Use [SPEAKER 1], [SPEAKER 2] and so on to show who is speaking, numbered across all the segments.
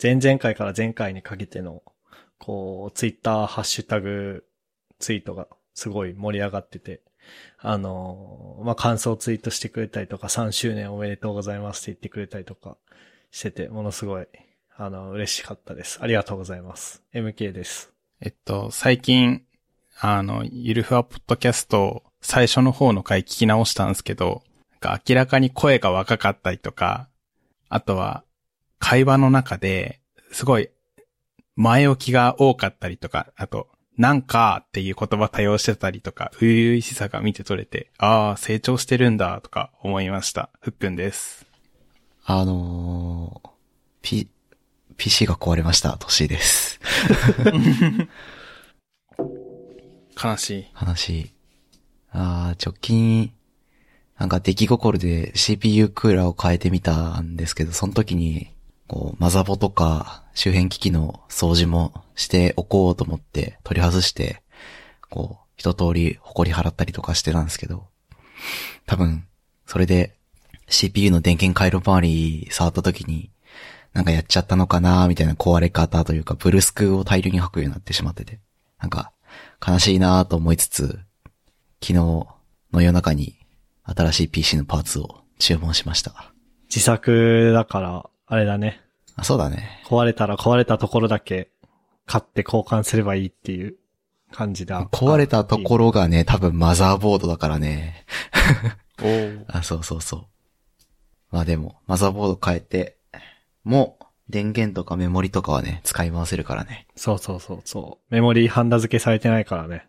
[SPEAKER 1] 前々回から前回にかけての、こう、ツイッターハッシュタグツイートがすごい盛り上がってて、あのー、まあ、感想をツイートしてくれたりとか、3周年おめでとうございますって言ってくれたりとかしてて、ものすごい、あの、嬉しかったです。ありがとうございます。MK です。
[SPEAKER 2] えっと、最近、あの、ゆるふわポッドキャスト、最初の方の回聞き直したんですけど、なんか明らかに声が若かったりとか、あとは、会話の中で、すごい、前置きが多かったりとか、あと、なんかっていう言葉多用してたりとか、初々しさが見て取れて、ああ、成長してるんだ、とか思いました。ふっくんです。
[SPEAKER 3] あのー、P、PC が壊れました、年です。
[SPEAKER 2] 悲しい。
[SPEAKER 3] 話。あー、直近、なんか出来心で CPU クーラーを変えてみたんですけど、その時に、こう、マザボとか周辺機器の掃除もしておこうと思って取り外して、こう、一通り埃払ったりとかしてたんですけど、多分、それで CPU の電源回路周り触った時に、なんかやっちゃったのかなみたいな壊れ方というか、ブルスクを大量に吐くようになってしまってて、なんか、悲しいなぁと思いつつ、昨日の夜中に新しい PC のパーツを注文しました。
[SPEAKER 1] 自作だから、あれだね。
[SPEAKER 3] あ、そうだね。
[SPEAKER 1] 壊れたら壊れたところだけ買って交換すればいいっていう感じだ。
[SPEAKER 3] 壊れたところがね、多分マザーボードだからね。
[SPEAKER 2] おー
[SPEAKER 3] あ、そうそうそう。まあでも、マザーボード変えて、もう、電源とかメモリとかはね、使い回せるからね。
[SPEAKER 1] そうそうそうそう。メモリーハンダ付けされてないからね。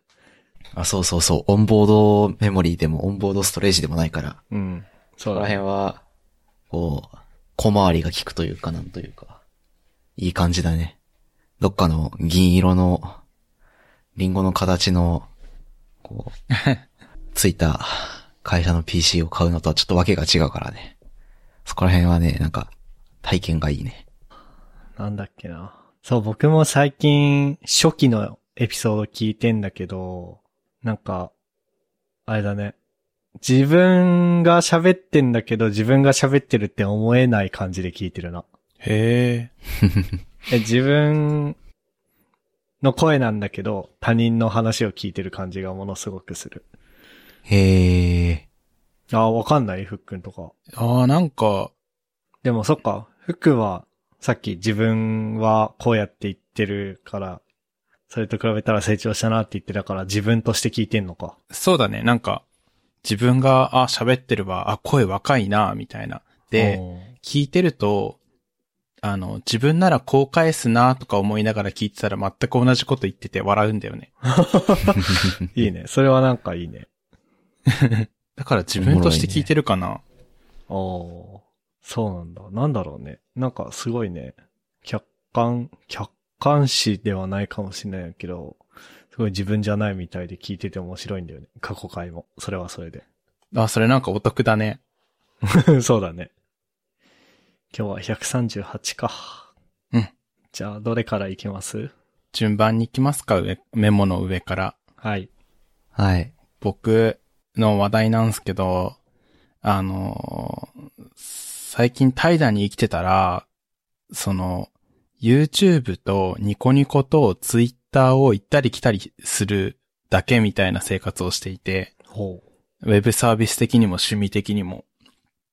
[SPEAKER 3] あ、そうそうそう。オンボードメモリーでもオンボードストレージでもないから、
[SPEAKER 1] うん。そ
[SPEAKER 3] こ
[SPEAKER 1] う
[SPEAKER 3] こ
[SPEAKER 1] だ
[SPEAKER 3] ら
[SPEAKER 1] ね。
[SPEAKER 3] 辺は、こう、小回りが効くというか、なんというか、いい感じだね。どっかの銀色の、リンゴの形の、こ う、ついた会社の PC を買うのとはちょっとわけが違うからね。そこら辺はね、なんか、体験がいいね。
[SPEAKER 1] なんだっけな。そう、僕も最近、初期のエピソード聞いてんだけど、なんか、あれだね。自分が喋ってんだけど、自分が喋ってるって思えない感じで聞いてるな。
[SPEAKER 2] へえ。
[SPEAKER 1] え自分の声なんだけど、他人の話を聞いてる感じがものすごくする。
[SPEAKER 3] へえ。
[SPEAKER 1] ああ、わかんないふっくんとか。
[SPEAKER 2] ああ、なんか、
[SPEAKER 1] でもそっか、服は、さっき自分はこうやって言ってるから、それと比べたら成長したなって言ってたから自分として聞いてんのか。
[SPEAKER 2] そうだね、なんか、自分が、あ、喋ってるわ、あ、声若いな、みたいな。で、
[SPEAKER 1] おー、
[SPEAKER 2] 聞いてると、あの、自分ならこう返すな、とか思いながら聞いてたら全く同じこと言ってて笑うんだよね。
[SPEAKER 1] いいね。それはなんかいいね。
[SPEAKER 2] だから自分として聞いてるかな。
[SPEAKER 1] おおー、そうなんだ。なんだろうね。なんかすごいね。客観、客観視ではないかもしれないけど、すごい自分じゃないみたいで聞いてて面白いんだよね。過去回も。それはそれで。
[SPEAKER 2] あ、それなんかお得だね。
[SPEAKER 1] そうだね。今日は138か。
[SPEAKER 2] うん。
[SPEAKER 1] じゃあ、どれからいきます
[SPEAKER 2] 順番に行きますか、上、メモの上から。
[SPEAKER 1] はい。
[SPEAKER 3] はい。
[SPEAKER 2] 僕の話題なんですけど、あのー最近怠惰に生きてたら、その、YouTube とニコニコと Twitter を行ったり来たりするだけみたいな生活をしていて、
[SPEAKER 1] ほう。
[SPEAKER 2] ウェブサービス的にも趣味的にも。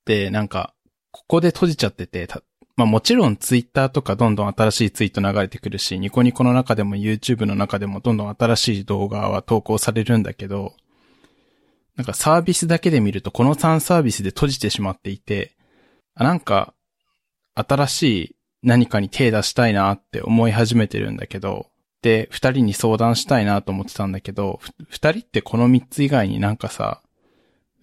[SPEAKER 2] で、なんか、ここで閉じちゃってて、たまあもちろん Twitter とかどんどん新しいツイート流れてくるし、ニコニコの中でも YouTube の中でもどんどん新しい動画は投稿されるんだけど、なんかサービスだけで見るとこの3サービスで閉じてしまっていて、あなんか、新しい何かに手出したいなって思い始めてるんだけど、で、二人に相談したいなと思ってたんだけど、ふ二人ってこの三つ以外になんかさ、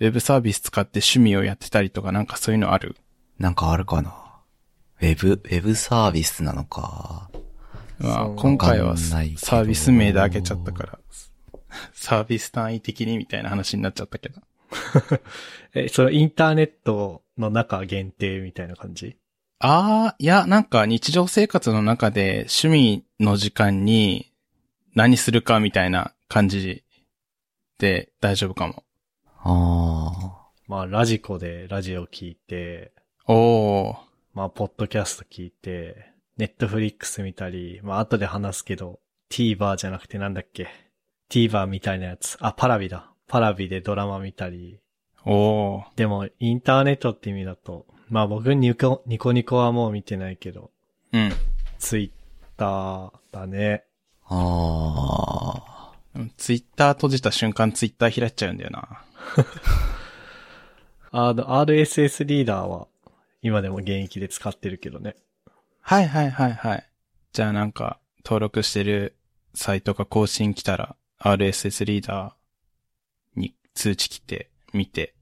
[SPEAKER 2] ウェブサービス使って趣味をやってたりとかなんかそういうのある
[SPEAKER 3] なんかあるかな。ウェブ、ウェブサービスなのか。
[SPEAKER 2] まあ
[SPEAKER 1] そう
[SPEAKER 2] 今回は
[SPEAKER 3] わかん
[SPEAKER 2] サ
[SPEAKER 3] ないけど
[SPEAKER 2] ービス名で開けちゃったから、 サービス単位的にみたいな話になっちゃったけど。
[SPEAKER 1] え、それインターネットの中限定みたいな感じ
[SPEAKER 2] ああ、いや、なんか日常生活の中で趣味の時間に何するかみたいな感じで大丈夫かも。
[SPEAKER 3] あ
[SPEAKER 1] まあ、ラジコでラジオ聞いて、
[SPEAKER 2] おー、
[SPEAKER 1] まあ、ポッドキャスト聞いて、ネットフリックス見たり、まあ後で話すけど、TVer じゃなくてなんだっけ ?TVer みたいなやつ。あ、パラビだ。パラビでドラマ見たり。
[SPEAKER 2] おー。
[SPEAKER 1] でも、インターネットって意味だと、まあ僕ニコニコニコはもう見てないけど、
[SPEAKER 2] うん。
[SPEAKER 1] ツイッターだね。
[SPEAKER 3] あ
[SPEAKER 2] ツイッター閉じた瞬間ツイッター開いちゃうんだよな。
[SPEAKER 1] あの、RSS リーダーは今でも現役で使ってるけどね。
[SPEAKER 2] はいはいはいはい。じゃあなんか、登録してるサイトが更新来たら、RSS リーダーに通知来て、見て、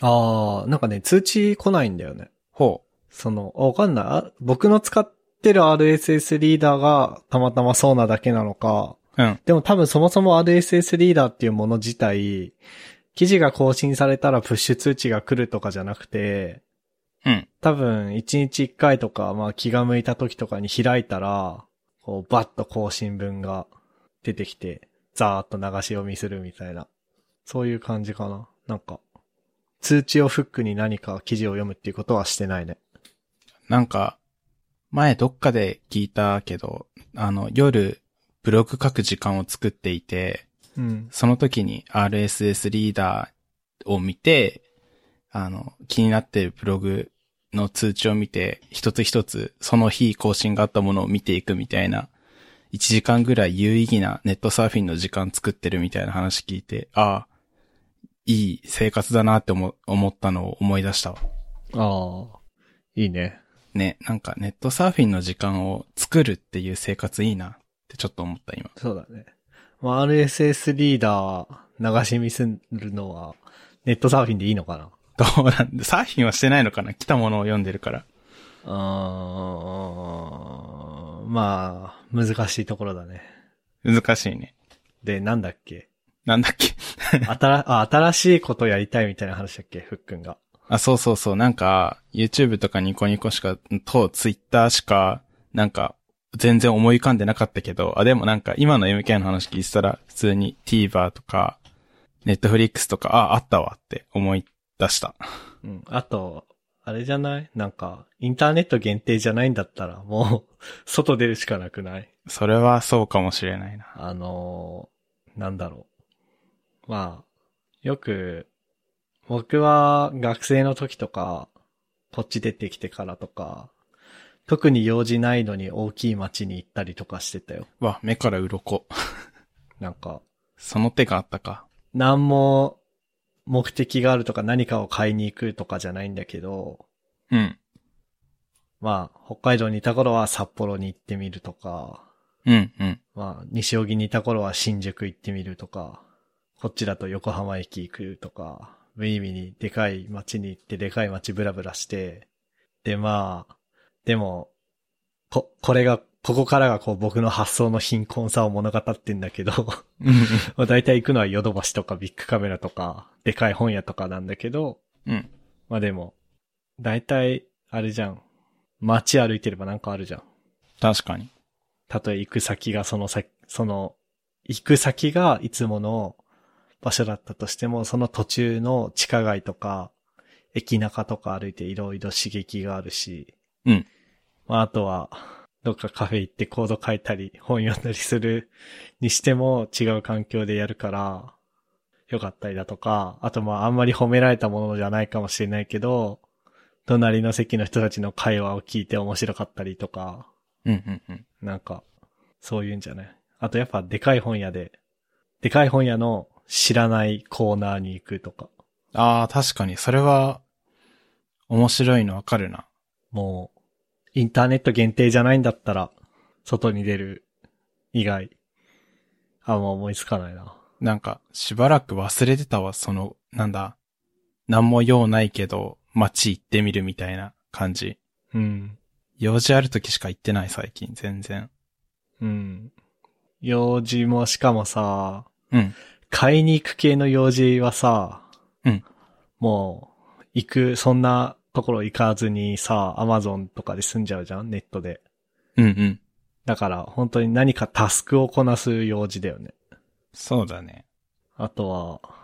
[SPEAKER 1] ああ、なんかね、通知来ないんだよね。
[SPEAKER 2] ほ
[SPEAKER 1] その、あわかんないあ。僕の使ってる RSS リーダーがたまたまそうなだけなのか、
[SPEAKER 2] う。うん。
[SPEAKER 1] でも多分そもそも RSS リーダーっていうもの自体、記事が更新されたらプッシュ通知が来るとかじゃなくて、
[SPEAKER 2] うん。
[SPEAKER 1] 多分1日1回とか、まあ気が向いた時とかに開いたら、こうバッと更新文が出てきて、ザーッと流し読みするみたいな。そういう感じかな。なんか、通知をフックに何か記事を読むっていうことはしてないね。
[SPEAKER 2] なんか、前どっかで聞いたけど、あの、夜、ブログ書く時間を作っていて、
[SPEAKER 1] うん。
[SPEAKER 2] その時に RSS リーダーを見て、あの、気になってるブログの通知を見て、一つ一つその日更新があったものを見ていくみたいな、1時間ぐらい有意義なネットサーフィンの時間作ってるみたいな話聞いて、ああ、いい生活だなって思思ったのを思い出したわ。
[SPEAKER 1] ああ、いいね。
[SPEAKER 2] ね、なんかネットサーフィンの時間を作るっていう生活いいなってちょっと思った今。
[SPEAKER 1] そうだね。まあ、RSS リーダー流し見するのは、ネットサーフィンでいいのかな
[SPEAKER 2] どうなんだ、サーフィンはしてないのかな来たものを読んでるから。
[SPEAKER 1] うーん、まあ、難しいところだね。
[SPEAKER 2] 難しいね。
[SPEAKER 1] で、なんだっけ
[SPEAKER 2] なんだっけ
[SPEAKER 1] あたら、 あ、新しいことやりたいみたいな話だっけふっくんが。
[SPEAKER 2] あ、そうそうそう。なんか、YouTube とかニコニコしか、と Twitter しか、なんか、全然思い浮かんでなかったけど、あ、でもなんか、今の MK の話聞いてたら、普通に TVer とか、Netflix とか、あ、あったわって思い出した。
[SPEAKER 1] うん。あと、あれじゃないなんか、インターネット限定じゃないんだったら、もう、 外出るしかなくない
[SPEAKER 2] それはそうかもしれないな。
[SPEAKER 1] あのーなんだろう。まあ、よく、僕は学生の時とか、こっち出てきてからとか、特に用事ないのに大きい町に行ったりとかしてたよ。
[SPEAKER 2] わ、目から鱗
[SPEAKER 1] なんか、
[SPEAKER 2] その手があったか。
[SPEAKER 1] 何も目的があるとか何かを買いに行くとかじゃないんだけど、
[SPEAKER 2] うん。
[SPEAKER 1] まあ、北海道にいた頃は札幌に行ってみるとか、
[SPEAKER 2] うん、うん。
[SPEAKER 1] まあ、西荻にいた頃は新宿行ってみるとか、こっちだと横浜駅行くとか、無意味にでかい街に行ってでかい街ブラブラして、でまあ、でも、こ、これが、ここからがこう僕の発想の貧困さを物語ってんだけど、 まあ大体行くのはヨドバシとかビッグカメラとか、でかい本屋とかなんだけど、
[SPEAKER 2] うん。
[SPEAKER 1] まあでも、大体、あれじゃん。街歩いてればなんかあるじゃん。
[SPEAKER 2] 確かに。
[SPEAKER 1] たとえ行く先がその先、その、行く先がいつもの場所だったとしても、その途中の地下街とか、駅中とか歩いていろいろ刺激があるし、
[SPEAKER 2] うん。
[SPEAKER 1] まあ、あとは、どっかカフェ行ってコード書いたり、本読んだりするにしても違う環境でやるから、よかったりだとか、あとまああんまり褒められたものじゃないかもしれないけど、隣の席の人たちの会話を聞いて面白かったりとか、
[SPEAKER 2] うん、うん、うん。
[SPEAKER 1] なんか、そういうんじゃない。あとやっぱでかい本屋で、でかい本屋の知らないコーナーに行くとか、
[SPEAKER 2] ああ、確かに。それは、面白いのわかるな。
[SPEAKER 1] もう、インターネット限定じゃないんだったら、外に出る以外、あんま思いつかないな。
[SPEAKER 2] なんか、しばらく忘れてたわ、その、なんだ、なんも用ないけど、街行ってみるみたいな感じ。
[SPEAKER 1] うん。
[SPEAKER 2] 用事ある時しか行ってない、最近、全然。
[SPEAKER 1] うん。用事もしかもさ、
[SPEAKER 2] うん。
[SPEAKER 1] 買いに行く系の用事はさ、
[SPEAKER 2] うん。
[SPEAKER 1] もう、行く、そんなところ行かずにさ、アマゾンとかで済んじゃうじゃんネットで。
[SPEAKER 2] うんうん。
[SPEAKER 1] だから、本当に何かタスクをこなす用事だよね。
[SPEAKER 2] そうだね。
[SPEAKER 1] あとは、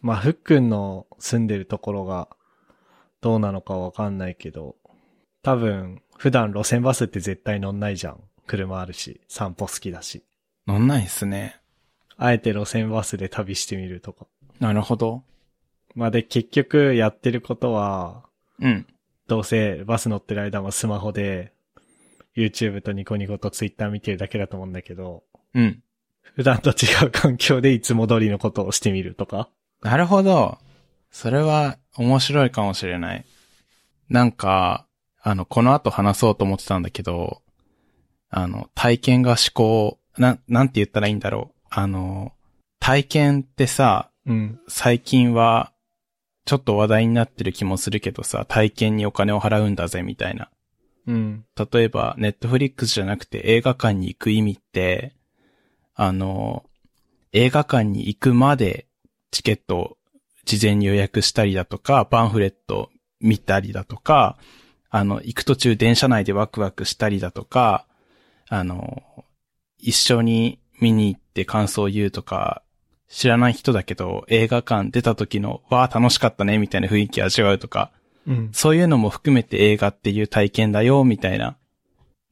[SPEAKER 1] まあ、ふっくんの住んでるところがどうなのかわかんないけど、多分、普段路線バスって絶対乗んないじゃん。車あるし、散歩好きだし。
[SPEAKER 2] 乗んないっすね。
[SPEAKER 1] あえて路線バスで旅してみるとか。
[SPEAKER 2] なるほど。
[SPEAKER 1] まあ、で、結局やってることは、
[SPEAKER 2] うん。
[SPEAKER 1] どうせバス乗ってる間もスマホで、YouTube とニコニコと Twitter 見てるだけだと思うんだけど、
[SPEAKER 2] うん。
[SPEAKER 1] 普段と違う環境でいつも通りのことをしてみるとか。
[SPEAKER 2] なるほど。それは面白いかもしれない。なんか、あの、この後話そうと思ってたんだけど、あの、体験が思考、なん、なんて言ったらいいんだろう。あの、体験ってさ、
[SPEAKER 1] うん。
[SPEAKER 2] 最近は、ちょっと話題になってる気もするけどさ、体験にお金を払うんだぜ、みたいな。
[SPEAKER 1] うん。
[SPEAKER 2] 例えば、ネットフリックスじゃなくて映画館に行く意味って、あの、映画館に行くまでチケットを事前に予約したりだとか、パンフレット見たりだとか、あの、行く途中電車内でワクワクしたりだとか、あの、一緒に見に行って感想を言うとか、知らない人だけど映画館出た時の、わあ楽しかったねみたいな雰囲気味わうとか、
[SPEAKER 1] うん。
[SPEAKER 2] そういうのも含めて映画っていう体験だよ、みたいな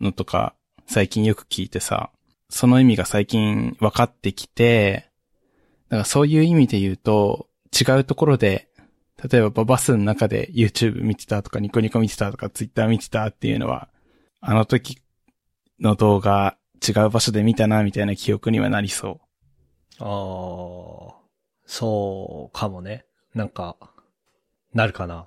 [SPEAKER 2] のとか、最近よく聞いてさ、その意味が最近分かってきて、だからそういう意味で言うと、違うところで、例えばバスの中で YouTube 見てたとかニコニコ見てたとか Twitter 見てたっていうのは、あの時の動画違う場所で見たなみたいな記憶にはなりそ
[SPEAKER 1] ああ、そうかもね。なんか、なるかな。
[SPEAKER 2] う。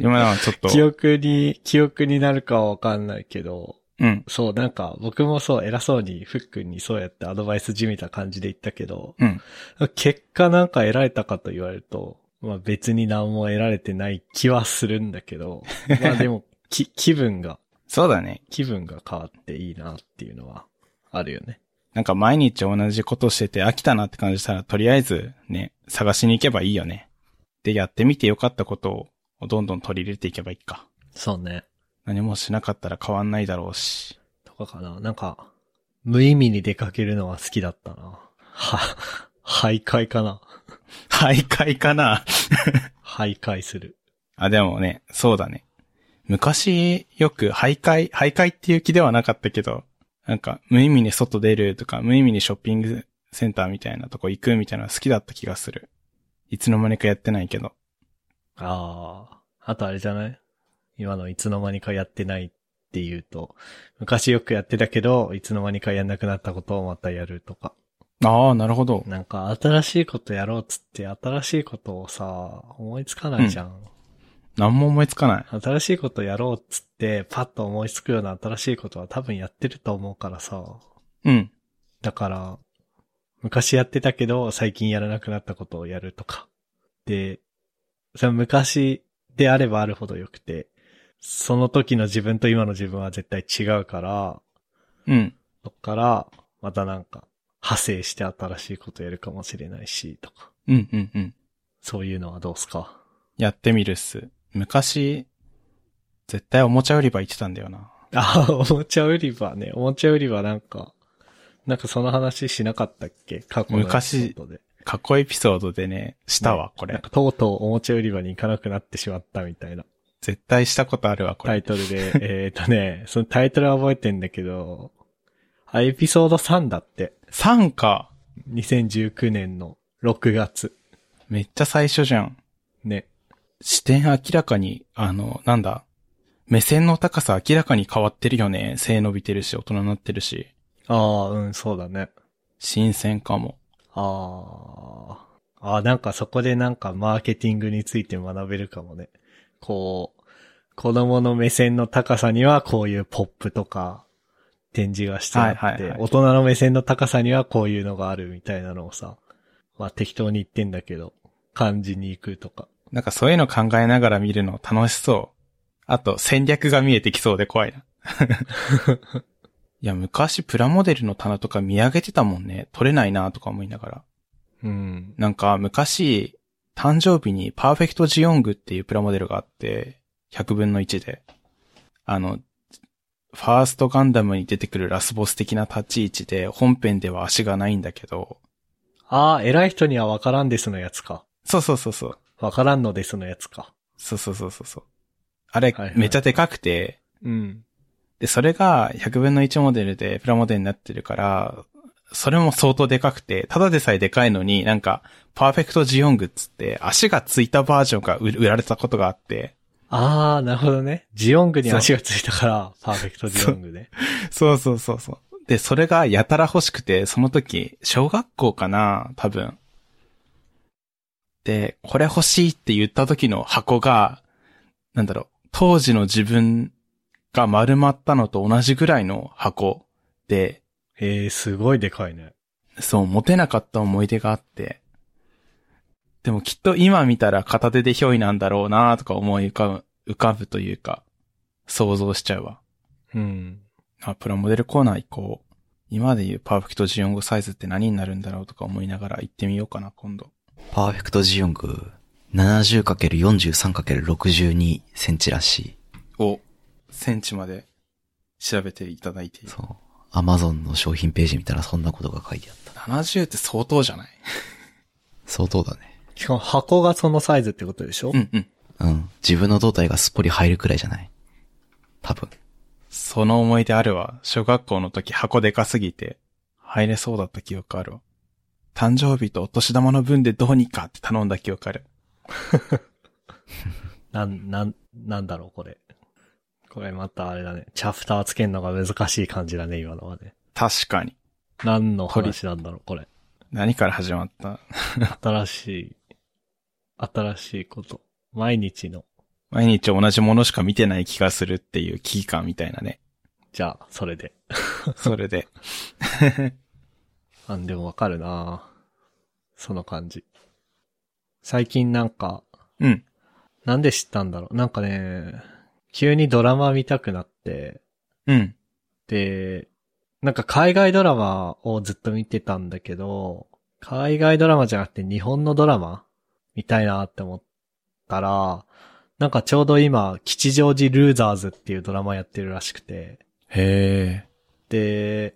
[SPEAKER 2] 今のはちょっと、
[SPEAKER 1] 記憶に、記憶になるかはわかんないけど、
[SPEAKER 2] うん、
[SPEAKER 1] そう、なんか僕もそう偉そうにフックにそうやってアドバイスじみた感じで言ったけど、
[SPEAKER 2] うん、
[SPEAKER 1] 結果なんか得られたかと言われると、まあ別に何も得られてない気はするんだけど、まあでも、き、 気分が、
[SPEAKER 2] そうだね。
[SPEAKER 1] 気分が変わっていいなっていうのはあるよね。
[SPEAKER 2] なんか毎日同じことしてて飽きたなって感じしたら、とりあえずね、探しに行けばいいよね。で、やってみてよかったことをどんどん取り入れていけばいいか。
[SPEAKER 1] そうね。
[SPEAKER 2] 何もしなかったら変わんないだろうし。
[SPEAKER 1] とかかな。なんか、無意味に出かけるのは好きだったな。は、徘徊かな。
[SPEAKER 2] 徘徊かな
[SPEAKER 1] 徘徊する。
[SPEAKER 2] あ、でもね、そうだね。昔よく徘徊、徘徊っていう気ではなかったけど、なんか無意味に外出るとか、無意味にショッピングセンターみたいなとこ行くみたいなの好きだった気がする。いつの間にかやってないけど。
[SPEAKER 1] ああ。あとあれじゃない今のいつの間にかやってないっていうと、昔よくやってたけど、いつの間にかやんなくなったことをまたやるとか。
[SPEAKER 2] ああ、なるほど。
[SPEAKER 1] なんか新しいことやろうっつって、新しいことをさ、思いつかないじゃん。
[SPEAKER 2] 何も思いつかない。
[SPEAKER 1] 新しいことやろうっつって、パッと思いつくような新しいことは多分やってると思うからさ。
[SPEAKER 2] うん。
[SPEAKER 1] だから、昔やってたけど、最近やらなくなったことをやるとか。で、その昔であればあるほど良くて、その時の自分と今の自分は絶対違うから、
[SPEAKER 2] うん。
[SPEAKER 1] そっから、またなんか、派生して新しいことやるかもしれないし、とか。
[SPEAKER 2] うんうんうん。
[SPEAKER 1] そういうのはどうすか
[SPEAKER 2] やってみるっす。昔、絶対おもちゃ売り場行ってたんだよな。
[SPEAKER 1] あ、おもちゃ売り場ね。おもちゃ売り場なんか、なんかその話しなかったっけ過去のエピソードで。
[SPEAKER 2] 過去エピソードでね、したわ、こ
[SPEAKER 1] なん
[SPEAKER 2] れ
[SPEAKER 1] か。とうとうおもちゃ売り場に行かなくなってしまったみたいな。
[SPEAKER 2] 絶対したことあるわ、こ
[SPEAKER 1] タ
[SPEAKER 2] れ
[SPEAKER 1] イ。トルで、 えっとね、そのタイトルは覚えてんだけど、あ、エピソード3だって。
[SPEAKER 2] 3か。
[SPEAKER 1] 2019年の6月。
[SPEAKER 2] めっちゃ最初じゃん。
[SPEAKER 1] ね。
[SPEAKER 2] 視点明らかに、あの、なんだ。目線の高さ明らかに変わってるよね。背伸びてるし、大人になってるし。
[SPEAKER 1] ああ、うん、そうだね。
[SPEAKER 2] 新鮮かも。
[SPEAKER 1] ああ。ああ、なんかそこでなんかマーケティングについて学べるかもね。こう、子供の目線の高さにはこういうポップとか展示がしてあって、
[SPEAKER 2] はいはいはい
[SPEAKER 1] 大人の目線の高さにはこういうのがあるみたいなのをさ、まあ適当に言ってんだけど、感じに行くとか。
[SPEAKER 2] なんかそういうの考えながら見るの楽しそう。あと戦略が見えてきそうで怖い な。いや、昔プラモデルの棚とか見上げてたもんね。取れないなとか思いながら。
[SPEAKER 1] うん。
[SPEAKER 2] なんか昔、誕生日にパーフェクトジオングっていうプラモデルがあって、100分の1で。あの、ファーストガンダムに出てくるラスボス的な立ち位置で、本編では足がないんだけど、
[SPEAKER 1] ああ、偉い人にはわからんですのやつか。
[SPEAKER 2] そうそうそうそう。
[SPEAKER 1] わからんのですのやつか。
[SPEAKER 2] そうそうそうそうそう。あれ、
[SPEAKER 1] はいはい
[SPEAKER 2] めっちゃでかくて、
[SPEAKER 1] うん。
[SPEAKER 2] で、それが100分の1モデルでプラモデルになってるから、それも相当でかくて、ただでさえでかいのになんか、パーフェクトジオングっつって、足がついたバージョンが売売られたことがあって、
[SPEAKER 1] ああ、なるほどね。ジオングに足がついたから、パーフェクトジオングね。
[SPEAKER 2] そうそうそうそう。で、それがやたら欲しくて、その時、小学校かな多分。で、これ欲しいって言った時の箱が、なんだろう、当時の自分が丸まったのと同じぐらいの箱で、
[SPEAKER 1] えー、すごいでかいね。
[SPEAKER 2] そう、持てなかった思い出があって。でもきっと今見たら片手でひょいなんだろうなとか思い浮かぶ、浮かぶというか、想像しちゃうわ。
[SPEAKER 1] うん。
[SPEAKER 2] あ、プラモデルコーナー行こう。今まで言うパーフェクト14号サイズって何になるんだろうとか思いながら行ってみようかな、今度。
[SPEAKER 3] パーフェクトジオング 70×43×62 センチらし
[SPEAKER 2] をセンチまで調べていただいてい
[SPEAKER 3] い。
[SPEAKER 2] る。
[SPEAKER 3] そう。アマゾンの商品ページ見たらそんなことが書いてあった。
[SPEAKER 2] 70って相当じゃない
[SPEAKER 3] 相当だね。
[SPEAKER 1] しかも箱がそのサイズってことでしょ
[SPEAKER 2] うんうん。
[SPEAKER 3] うん。自分の胴体がすっぽり入るくらいじゃない。多分。
[SPEAKER 2] その思い出あるわ。小学校の時箱でかすぎて、入れそうだった記憶あるわ。誕生日とお年玉の分でどうにかって頼んだ記憶ある。
[SPEAKER 1] なん、なん、なんだろう、これ。これまたあれだね。チャプターつけるのが難しい感じだね、今のはね。
[SPEAKER 2] 確かに。
[SPEAKER 1] 何の話なんだろう、これ。
[SPEAKER 2] 何から始まった
[SPEAKER 1] 新しい、新しいこと。毎日の。
[SPEAKER 2] 毎日同じものしか見てない気がするっていう危機感みたいなね。
[SPEAKER 1] じゃあ、それで。
[SPEAKER 2] それで。
[SPEAKER 1] あ、でもわかるなその感じ。最近なんか、
[SPEAKER 2] うん。
[SPEAKER 1] なんで知ったんだろう。なんかね、急にドラマ見たくなって、
[SPEAKER 2] うん。
[SPEAKER 1] で、なんか海外ドラマをずっと見てたんだけど、海外ドラマじゃなくて日本のドラマ見たいなって思ったら、なんかちょうど今、吉祥寺ルーザーズっていうドラマやってるらしくて、
[SPEAKER 2] へ
[SPEAKER 1] で、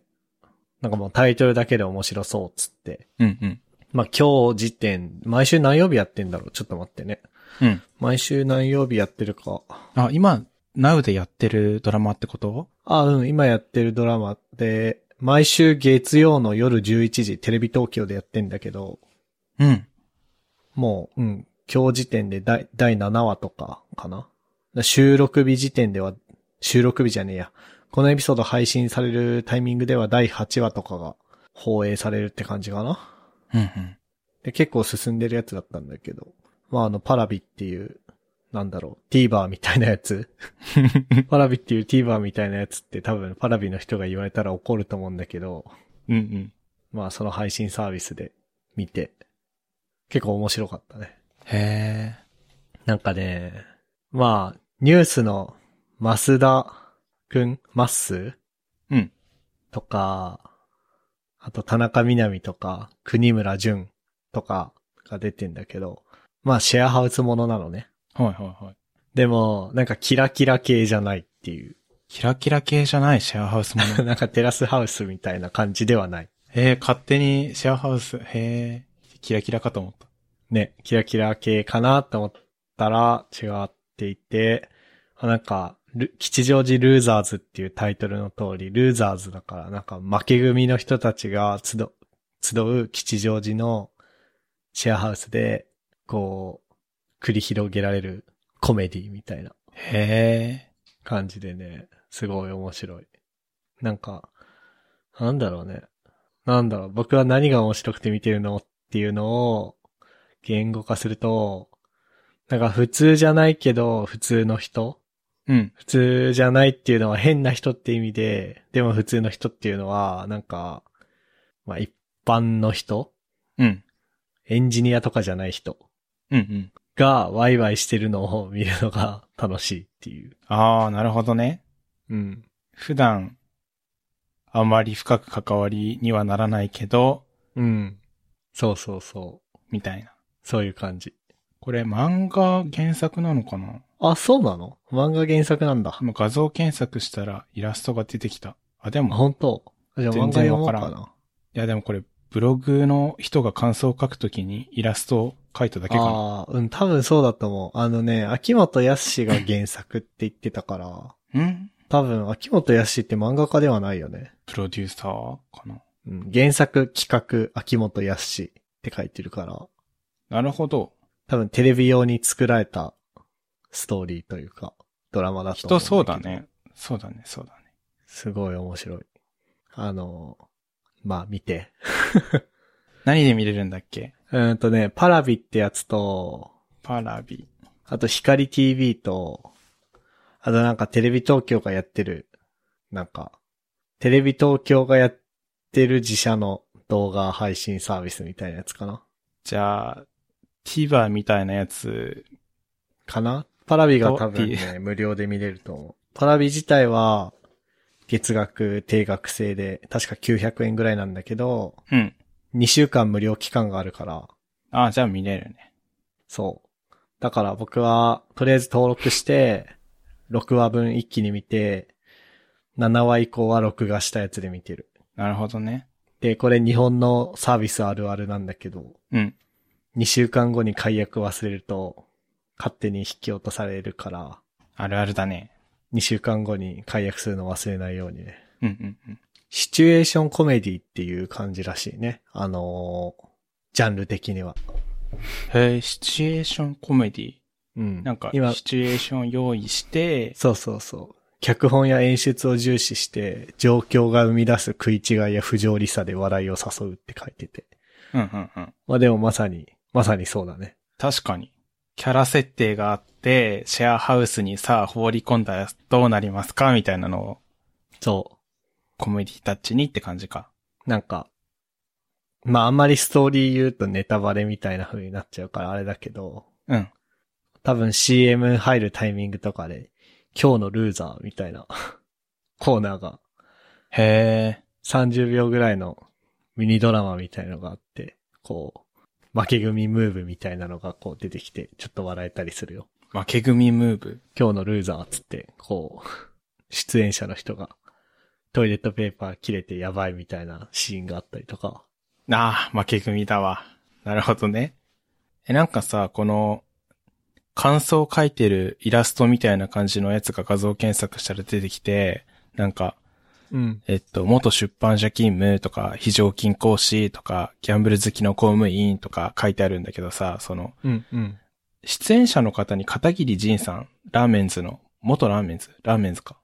[SPEAKER 1] なんかもうタイトルだけで面白そうっつって、
[SPEAKER 2] え。うんうん。
[SPEAKER 1] まあ今日時点、毎週何曜日やってんだろうちょっと待ってね。
[SPEAKER 2] うん。
[SPEAKER 1] 毎週何曜日やってるか。
[SPEAKER 2] あ、今、Now でやってるドラマってこと
[SPEAKER 1] あ、うん、今やってるドラマって、毎週月曜の夜11時、テレビ東京でやってんだけど、
[SPEAKER 2] うん。
[SPEAKER 1] もう、うん、今日時点で第第7話とかかな。収録日時点では、収録日じゃねえや。このエピソード配信されるタイミングでは第8話とかが放映されるって感じかな。
[SPEAKER 2] うんうん。
[SPEAKER 1] で、結構進んでるやつだったんだけど。まあ、あの、パラビっていう、なんだろう、TVer みたいなやつ。パラビっていう TVer みたいなやつって多分パラビの人が言われたら怒ると思うんだけど、
[SPEAKER 2] うんうん。
[SPEAKER 1] まあ、その配信サービスで見て、結構面白かったね。
[SPEAKER 2] へえ。
[SPEAKER 1] なんかね、まあ、ニュースの、増田くん、マッスー
[SPEAKER 2] うん。
[SPEAKER 1] とか、あと田中みなみとか、国村淳とかが出てんだけど、まあシェアハウスものなのね。
[SPEAKER 2] はいはいはい。
[SPEAKER 1] でも、なんかキラキラ系じゃないっていう。
[SPEAKER 2] キラキラ系じゃないシェアハウスもの。
[SPEAKER 1] なんかテラスハウスみたいな感じではない。
[SPEAKER 2] へえ、勝手にシェアハウス、へえ。キラキラかと思った。
[SPEAKER 1] ね、キラキラ系かなと思ったら違っていて、あなんか、ル吉祥寺ルーザーズっていうタイトルの通り、ルーザーズだから、なんか負け組の人たちが集う、集う吉祥寺のシェアハウスで、こう、繰り広げられるコメディみたいな
[SPEAKER 2] へえ。
[SPEAKER 1] 感じでね、すごい面白い。なんか、なんだろうね。なんだろう、僕は何が面白くて見てるのっていうのを言語化すると、なんか普通じゃないけど、普通の人
[SPEAKER 2] うん。
[SPEAKER 1] 普通じゃないっていうのは変な人って意味で、でも普通の人っていうのは、なんか、まあ一般の人
[SPEAKER 2] うん。
[SPEAKER 1] エンジニアとかじゃない人
[SPEAKER 2] うんうん。
[SPEAKER 1] がワイワイしてるのを見るのが楽しいっていう。
[SPEAKER 2] ああ、なるほどね。
[SPEAKER 1] うん。
[SPEAKER 2] 普段、あまり深く関わりにはならないけど、
[SPEAKER 1] うん。そうそうそう。
[SPEAKER 2] みたいな。
[SPEAKER 1] そういう感じ。
[SPEAKER 2] これ漫画原作なのかな
[SPEAKER 1] あ、そうなの漫画原作なんだ。
[SPEAKER 2] 今画像検索したらイラストが出てきた。あ、で
[SPEAKER 1] あ
[SPEAKER 2] も、い
[SPEAKER 1] 本当じゃあ漫画
[SPEAKER 2] 全然
[SPEAKER 1] 読もうか
[SPEAKER 2] わから
[SPEAKER 1] な。
[SPEAKER 2] やでもこれ、ブログの人が感想を書くときにイラストを書いただけかな。
[SPEAKER 1] ああ、うん、多分そうだと思う。あのね、秋元康が原作って言ってたから、
[SPEAKER 2] うん
[SPEAKER 1] 多分、秋元康って漫画家ではないよね。
[SPEAKER 2] プロデューサーかな。
[SPEAKER 1] うん、原作、企画、秋元康って書いてるから、
[SPEAKER 2] なるほど。
[SPEAKER 1] 多分テレビ用に作られたストーリーというか、ドラマだと思
[SPEAKER 2] 人
[SPEAKER 1] んけど
[SPEAKER 2] そうだね。。そうだね、そうだね。
[SPEAKER 1] すごい面白い。あの、まあ見て。
[SPEAKER 2] 何で見れるんだっけ
[SPEAKER 1] うーんとね、パラビってやつと、
[SPEAKER 2] パラビ。
[SPEAKER 1] あと光 TV と、あとなんかテレビ東京がやってる、なんか、テレビ東京がやってる自社の動画配信サービスみたいなやつかな
[SPEAKER 2] じゃあ、TVer みたいなやつ、
[SPEAKER 1] かなパラビが多分ね、無料で見れると思う。パラビ自体は、月額定額制で、確か900円ぐらいなんだけど、
[SPEAKER 2] うん。
[SPEAKER 1] 2週間無料期間があるから、
[SPEAKER 2] ああ、じゃあ見れるね。
[SPEAKER 1] そう。だから僕は、とりあえず登録して、6話分一気に見て、7話以降は録画したやつで見てる。
[SPEAKER 2] なるほどね。
[SPEAKER 1] で、これ日本のサービスあるあるなんだけど、
[SPEAKER 2] うん。
[SPEAKER 1] 2週間後に解約忘れると、勝手に引き落とされるから、
[SPEAKER 2] あるあるだね。
[SPEAKER 1] 2週間後に解約するの忘れないようにね。
[SPEAKER 2] うんうんうん。
[SPEAKER 1] シチュエーションコメディっていう感じらしいね。あのージャンル的には。
[SPEAKER 2] へえ、シチュエーションコメディ。
[SPEAKER 1] うん。
[SPEAKER 2] なんか、
[SPEAKER 1] 今
[SPEAKER 2] シチュエーション用意して、
[SPEAKER 1] そうそうそう。脚本や演出を重視して、状況が生み出す食い違いや不条理さで笑いを誘うって書いてて。
[SPEAKER 2] うんうんうん。
[SPEAKER 1] まあでもまさに、まさにそうだね。
[SPEAKER 2] 確かに。キャラ設定があって、シェアハウスにさ、放り込んだらどうなりますかみたいなのを
[SPEAKER 1] そ
[SPEAKER 2] コメディタッチにって感じか。
[SPEAKER 1] う。なんか、まああんまりストーリー言うとネタバレみたいな風になっちゃうからあれだけど、
[SPEAKER 2] うん。
[SPEAKER 1] 多分 CM 入るタイミングとかで、今日のルーザーみたいな コーナーが
[SPEAKER 2] へえ。
[SPEAKER 1] 30秒ぐらいのミニドラマみたいのがあって、こう、負け組ムーブみたいなのがこう出てきて、ちょっと笑えたりするよ。
[SPEAKER 2] 負け組ムーブ。
[SPEAKER 1] 今日のルーザーっつって、こう、出演者の人がトイレットペーパー切れてやばいみたいなシーンがあったりとか。
[SPEAKER 2] ああ、負け組だわ。なるほどね。え、なんかさ、この、感想を書いてるイラストみたいな感じのやつが画像検索したら出てきて、なんか、
[SPEAKER 1] うん。
[SPEAKER 2] えっと、元出版社勤務とか、非常勤講師とか、ギャンブル好きの公務員とか書いてあるんだけどさ、その、
[SPEAKER 1] うん、うん。
[SPEAKER 2] 出演者の方に片桐仁さん、ラーメンズの、元ラーメンズラーメンズか。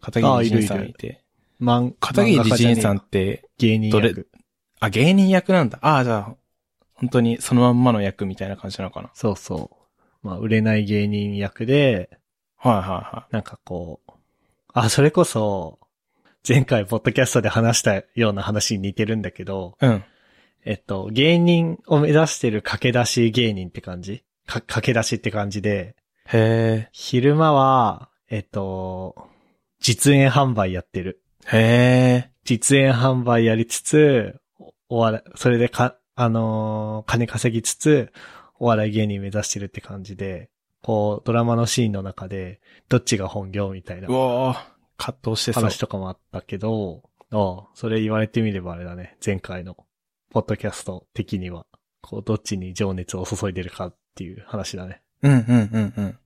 [SPEAKER 2] 片
[SPEAKER 1] あー
[SPEAKER 2] 桐
[SPEAKER 1] いる
[SPEAKER 2] 仁さんいて。
[SPEAKER 1] まん、
[SPEAKER 2] 片桐仁さん
[SPEAKER 1] 漫画家じゃね
[SPEAKER 2] って、
[SPEAKER 1] え芸人
[SPEAKER 2] どれ
[SPEAKER 1] 役。
[SPEAKER 2] あ、芸人役なんだ。ああ、じゃあ、本当にそのまんまの役みたいな感じなのかな。
[SPEAKER 1] そうそう。まあ、売れない芸人役で、
[SPEAKER 2] はいはいはい。
[SPEAKER 1] なんかこう、あ、それこそ、前回ポッドキャストで話したような話に似てるんだけど、
[SPEAKER 2] うん。
[SPEAKER 1] えっと、芸人を目指してる駆け出し芸人って感じか、駆け出しって感じで、
[SPEAKER 2] へ
[SPEAKER 1] 昼間は、えっと、実演販売やってる。
[SPEAKER 2] え。へえ。
[SPEAKER 1] 実演販売やりつつ、おお笑い、それでか、あのー金稼ぎつつ、お笑い芸人目指してるって感じで、こう、ドラマのシーンの中で、どっちが本業みたいな
[SPEAKER 2] うおー葛藤してそう。
[SPEAKER 1] 話とかもあったけど、ああ、それ言われてみればあれだね。前回の、ポッドキャスト的には、こう、どっちに情熱を注いでるかっていう話だね。
[SPEAKER 2] うんうんうんうん。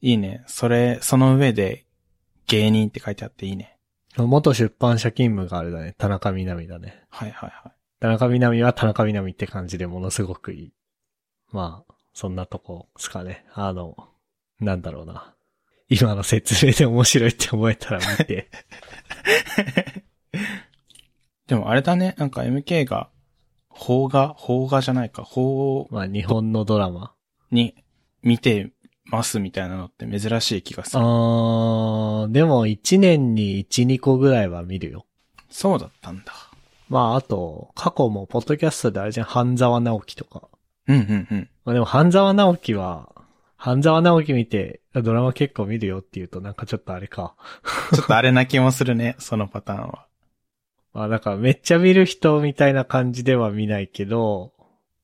[SPEAKER 2] いいね。それ、その上で、芸人って書いてあっていいね。
[SPEAKER 1] 元出版社勤務があれだね。田中みなみだね。
[SPEAKER 2] はいはいはい。
[SPEAKER 1] 田中みなみは田中みなみって感じでものすごくいい。まあ、そんなとこですかね。あの、なんだろうな。今の説明で面白いって思えたら見 て。
[SPEAKER 2] でもあれだね。なんか MK が、邦画、邦画じゃないか、邦
[SPEAKER 1] まあ、日本のドラマ。
[SPEAKER 2] に見てますみたいなのって珍しい気がする。
[SPEAKER 1] あー、でも1年に1、2個ぐらいは見るよ。
[SPEAKER 2] そうだったんだ。
[SPEAKER 1] まあ、あと、過去も、ポッドキャストであれじゃん、半沢直樹とか。
[SPEAKER 2] うんうんうん。
[SPEAKER 1] まあでも、半沢直樹は、半沢直樹見て、ドラマ結構見るよって言うと、なんかちょっとあれか。
[SPEAKER 2] ちょっとあれな気もするね、そのパターンは。
[SPEAKER 1] まあ、だから、めっちゃ見る人みたいな感じでは見ないけど、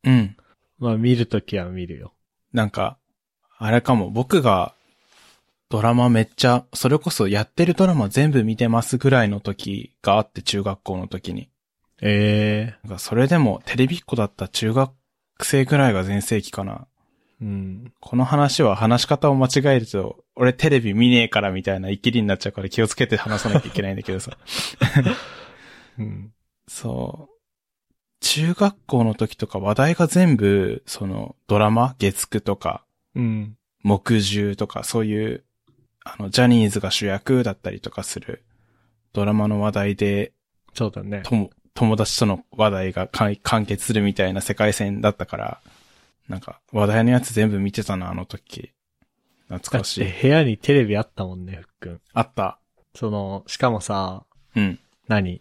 [SPEAKER 2] うん。
[SPEAKER 1] まあ、見るときは見るよ。
[SPEAKER 2] なんか、あれかも、僕が、ドラマめっちゃ、それこそやってるドラマ全部見てますぐらいの時があって、中学校の時に。
[SPEAKER 1] え
[SPEAKER 2] なんかそれでも、テレビっ子だった中学生ぐらいが全盛期かな。
[SPEAKER 1] えうん。
[SPEAKER 2] この話は話し方を間違えると、俺テレビ見ねえからみたいなイきりになっちゃうから気をつけて話さなきゃいけないんだけどさ。
[SPEAKER 1] うん。
[SPEAKER 2] そう。中学校の時とか話題が全部、その、ドラマ月9とか、
[SPEAKER 1] うん。
[SPEAKER 2] 木10とか、そういう、あの、ジャニーズが主役だったりとかする、ドラマの話題で、
[SPEAKER 1] そうだね。
[SPEAKER 2] とも、友達との話題が完完結するみたいな世界線だったから、なんか、話題のやつ全部見てたな、あの時。懐
[SPEAKER 1] だ
[SPEAKER 2] か
[SPEAKER 1] っ
[SPEAKER 2] しい
[SPEAKER 1] て。部屋にテレビあったもんね、ふっくん。
[SPEAKER 2] あった。
[SPEAKER 1] その、しかもさ、
[SPEAKER 2] うん。
[SPEAKER 1] 何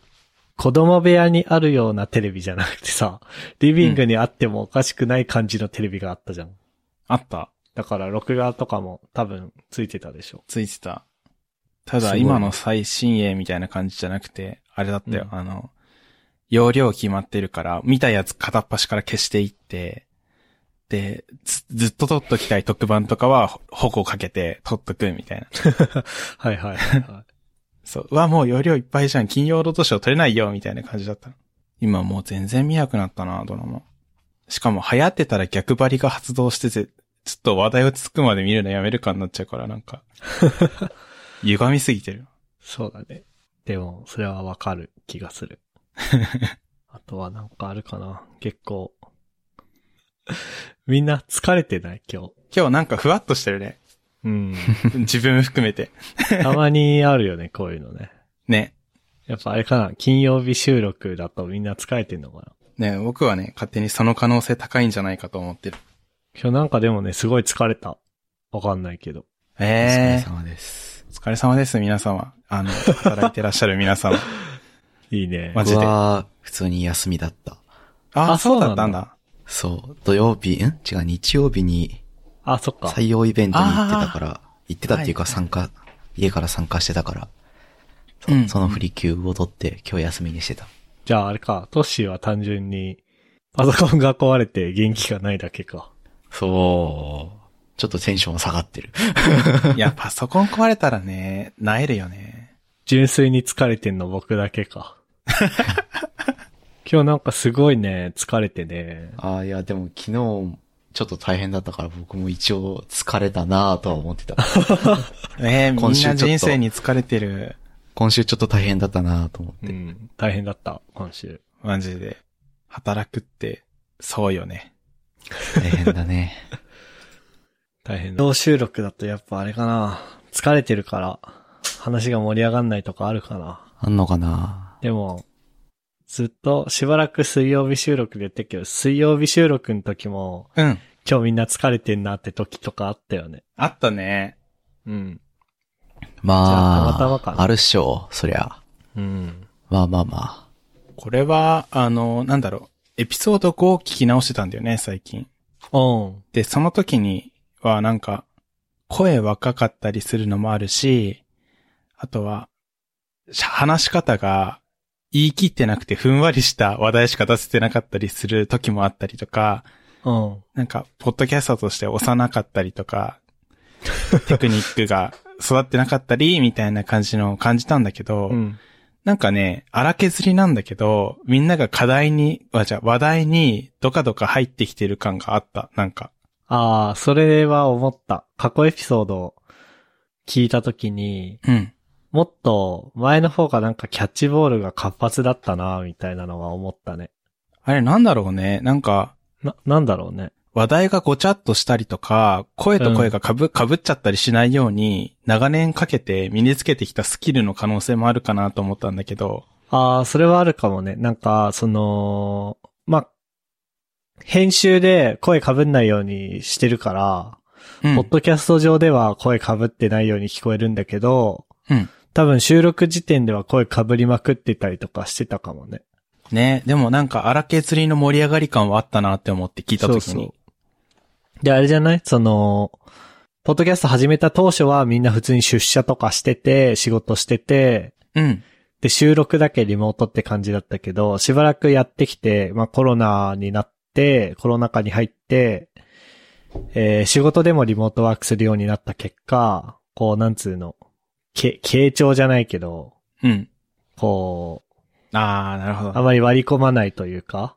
[SPEAKER 1] 子供部屋にあるようなテレビじゃなくてさ、リビングにあってもおかしくない感じのテレビがあったじゃん。
[SPEAKER 2] あった。
[SPEAKER 1] だから、録画とかも多分ついてたでしょ。
[SPEAKER 2] ついてた。た
[SPEAKER 1] す
[SPEAKER 2] だ、
[SPEAKER 1] ごい
[SPEAKER 2] 今の最新鋭みたいな感じじゃなくて、あれだったよ、
[SPEAKER 1] う
[SPEAKER 2] あの、容量決まってるから、見たやつ片っ端から消していって、で、ずずっと撮っときたい特番とかは、ほ矛かけて撮っとくみたいな。
[SPEAKER 1] はいはいはいはい。
[SPEAKER 2] そう、うわ、もう容量いっぱいじゃん、金曜ロードショー撮れないよ、みたいな感じだったの。今もう全然見なくなったな、ドラマ。しかも流行ってたら逆張りが発動してて、ちょっと話題落ち着くまで見るのやめるかになっちゃうから、なん か。歪みすぎてる。
[SPEAKER 1] そうだね。でも、それはわかる気がする。あとはなんかあるかな結構。みんな疲れてない今日。
[SPEAKER 2] 今日なんかふわっとしてる ね。
[SPEAKER 1] うん。
[SPEAKER 2] 自分含めて。
[SPEAKER 1] たまにあるよね、こういうのね。
[SPEAKER 2] ね。
[SPEAKER 1] やっぱあれかな金曜日収録だとみんな疲れてんのかな
[SPEAKER 2] ね、僕はね、勝手にその可能性高いんじゃないかと思ってる。
[SPEAKER 1] 今日なんかでもね、すごい疲れた。わかんないけど。
[SPEAKER 3] お疲れ
[SPEAKER 2] ええ
[SPEAKER 3] 様です。
[SPEAKER 2] お疲れ様です、皆様。あの、働いてらっしゃる皆 様。
[SPEAKER 1] いいね。
[SPEAKER 2] マジ
[SPEAKER 3] 僕
[SPEAKER 2] で
[SPEAKER 3] は、普通に休みだった。
[SPEAKER 2] あ、
[SPEAKER 1] あ
[SPEAKER 2] そうだったんだ。
[SPEAKER 3] そう、土曜日、ん違う、日曜日に
[SPEAKER 1] あ、そっか。
[SPEAKER 3] 採用イベントに行ってたから、行ってたっていうか
[SPEAKER 2] はい
[SPEAKER 3] 参加、家から参加してたから、
[SPEAKER 2] う
[SPEAKER 3] その振り休を取って今日休みにしてた。
[SPEAKER 1] じゃああれか、トッシーは単純に、パソコンが壊れて元気がないだけか。
[SPEAKER 3] そう。ちょっとテンション下がってる。
[SPEAKER 2] いや、パソコン壊れたらね、萎えるよね。
[SPEAKER 1] 純粋に疲れてんの僕だけか。 今日なんかすごいね、疲れてね。
[SPEAKER 3] ああ、いや、でも昨日、ちょっと大変だったから僕も一応疲れたなぁとは思ってた。
[SPEAKER 2] ええみ
[SPEAKER 3] 今
[SPEAKER 2] ん
[SPEAKER 3] 週ちょ
[SPEAKER 2] な
[SPEAKER 3] っと
[SPEAKER 2] 人生に疲れてる。
[SPEAKER 3] 今週ちょっと大変だったなぁと思って。
[SPEAKER 1] うん、大変だった、今週。
[SPEAKER 2] マジで。働くって、そうよね。
[SPEAKER 3] 大変だね。
[SPEAKER 1] 大変だ。同収録だとやっぱあれかな。疲れてるから、話が盛り上がんないとかあるかな。
[SPEAKER 3] あんのかな
[SPEAKER 1] でも、ずっとしばらく水曜日収録で言ってるけど、水曜日収録の時も、
[SPEAKER 2] うん。
[SPEAKER 1] 今日みんな疲れてんなって時とかあったよね。
[SPEAKER 2] あったね。
[SPEAKER 1] うん。
[SPEAKER 3] まあ、
[SPEAKER 1] じゃあたまたまか
[SPEAKER 3] あるっしょ、そりゃ。
[SPEAKER 1] うん。
[SPEAKER 3] まあまあまあ。
[SPEAKER 2] これは、あの、なんだろう。エピソード5を聞き直してたんだよね、最近。
[SPEAKER 1] うん。
[SPEAKER 2] で、その時にはなんか、声若かったりするのもあるし、あとは、しゃ話し方が言い切ってなくてふんわりした話題しか出せてなかったりする時もあったりとか、
[SPEAKER 1] うん。
[SPEAKER 2] なんか、ポッドキャスターとして幼かったりとか、テクニックが育ってなかったり、みたいな感じのを感じたんだけど、
[SPEAKER 1] うん。
[SPEAKER 2] なんかね、荒削りなんだけど、みんなが課題に、あ、じゃあ話題にドカドカ入ってきてる感があった、なんか。
[SPEAKER 1] ああ、それは思った。過去エピソードを聞いたときに、
[SPEAKER 2] うん。
[SPEAKER 1] もっと前の方がなんかキャッチボールが活発だったな、みたいなのは思ったね。
[SPEAKER 2] あれなんだろうね、なんか、
[SPEAKER 1] な、なんだろうね。
[SPEAKER 2] 話題がごちゃっとしたりとか、声と声がかぶ、かぶっちゃったりしないように、長年かけて身につけてきたスキルの可能性もあるかなと思ったんだけど、
[SPEAKER 1] ああ、それはあるかもね。なんか、その、まあ、編集で声被んないようにしてるから、
[SPEAKER 2] うん
[SPEAKER 1] ポッドキャスト上では声被ってないように聞こえるんだけど、
[SPEAKER 2] うん
[SPEAKER 1] 多分収録時点では声被りまくってたりとかしてたかもね。
[SPEAKER 2] ね、でもなんか荒削りの盛り上がり感はあったなって思って聞いた時に。
[SPEAKER 1] そうそう。で、あれじゃないその、ポッドキャスト始めた当初はみんな普通に出社とかしてて、仕事してて、
[SPEAKER 2] うん。
[SPEAKER 1] で、収録だけリモートって感じだったけど、しばらくやってきて、まあコロナになって、コロナ禍に入って、えー仕事でもリモートワークするようになった結果、こう、なんつうの、け、傾聴じゃないけど、
[SPEAKER 2] うん。
[SPEAKER 1] こう、
[SPEAKER 2] あー、なるほ
[SPEAKER 1] あ
[SPEAKER 2] ど。
[SPEAKER 1] まり割り込まないというか、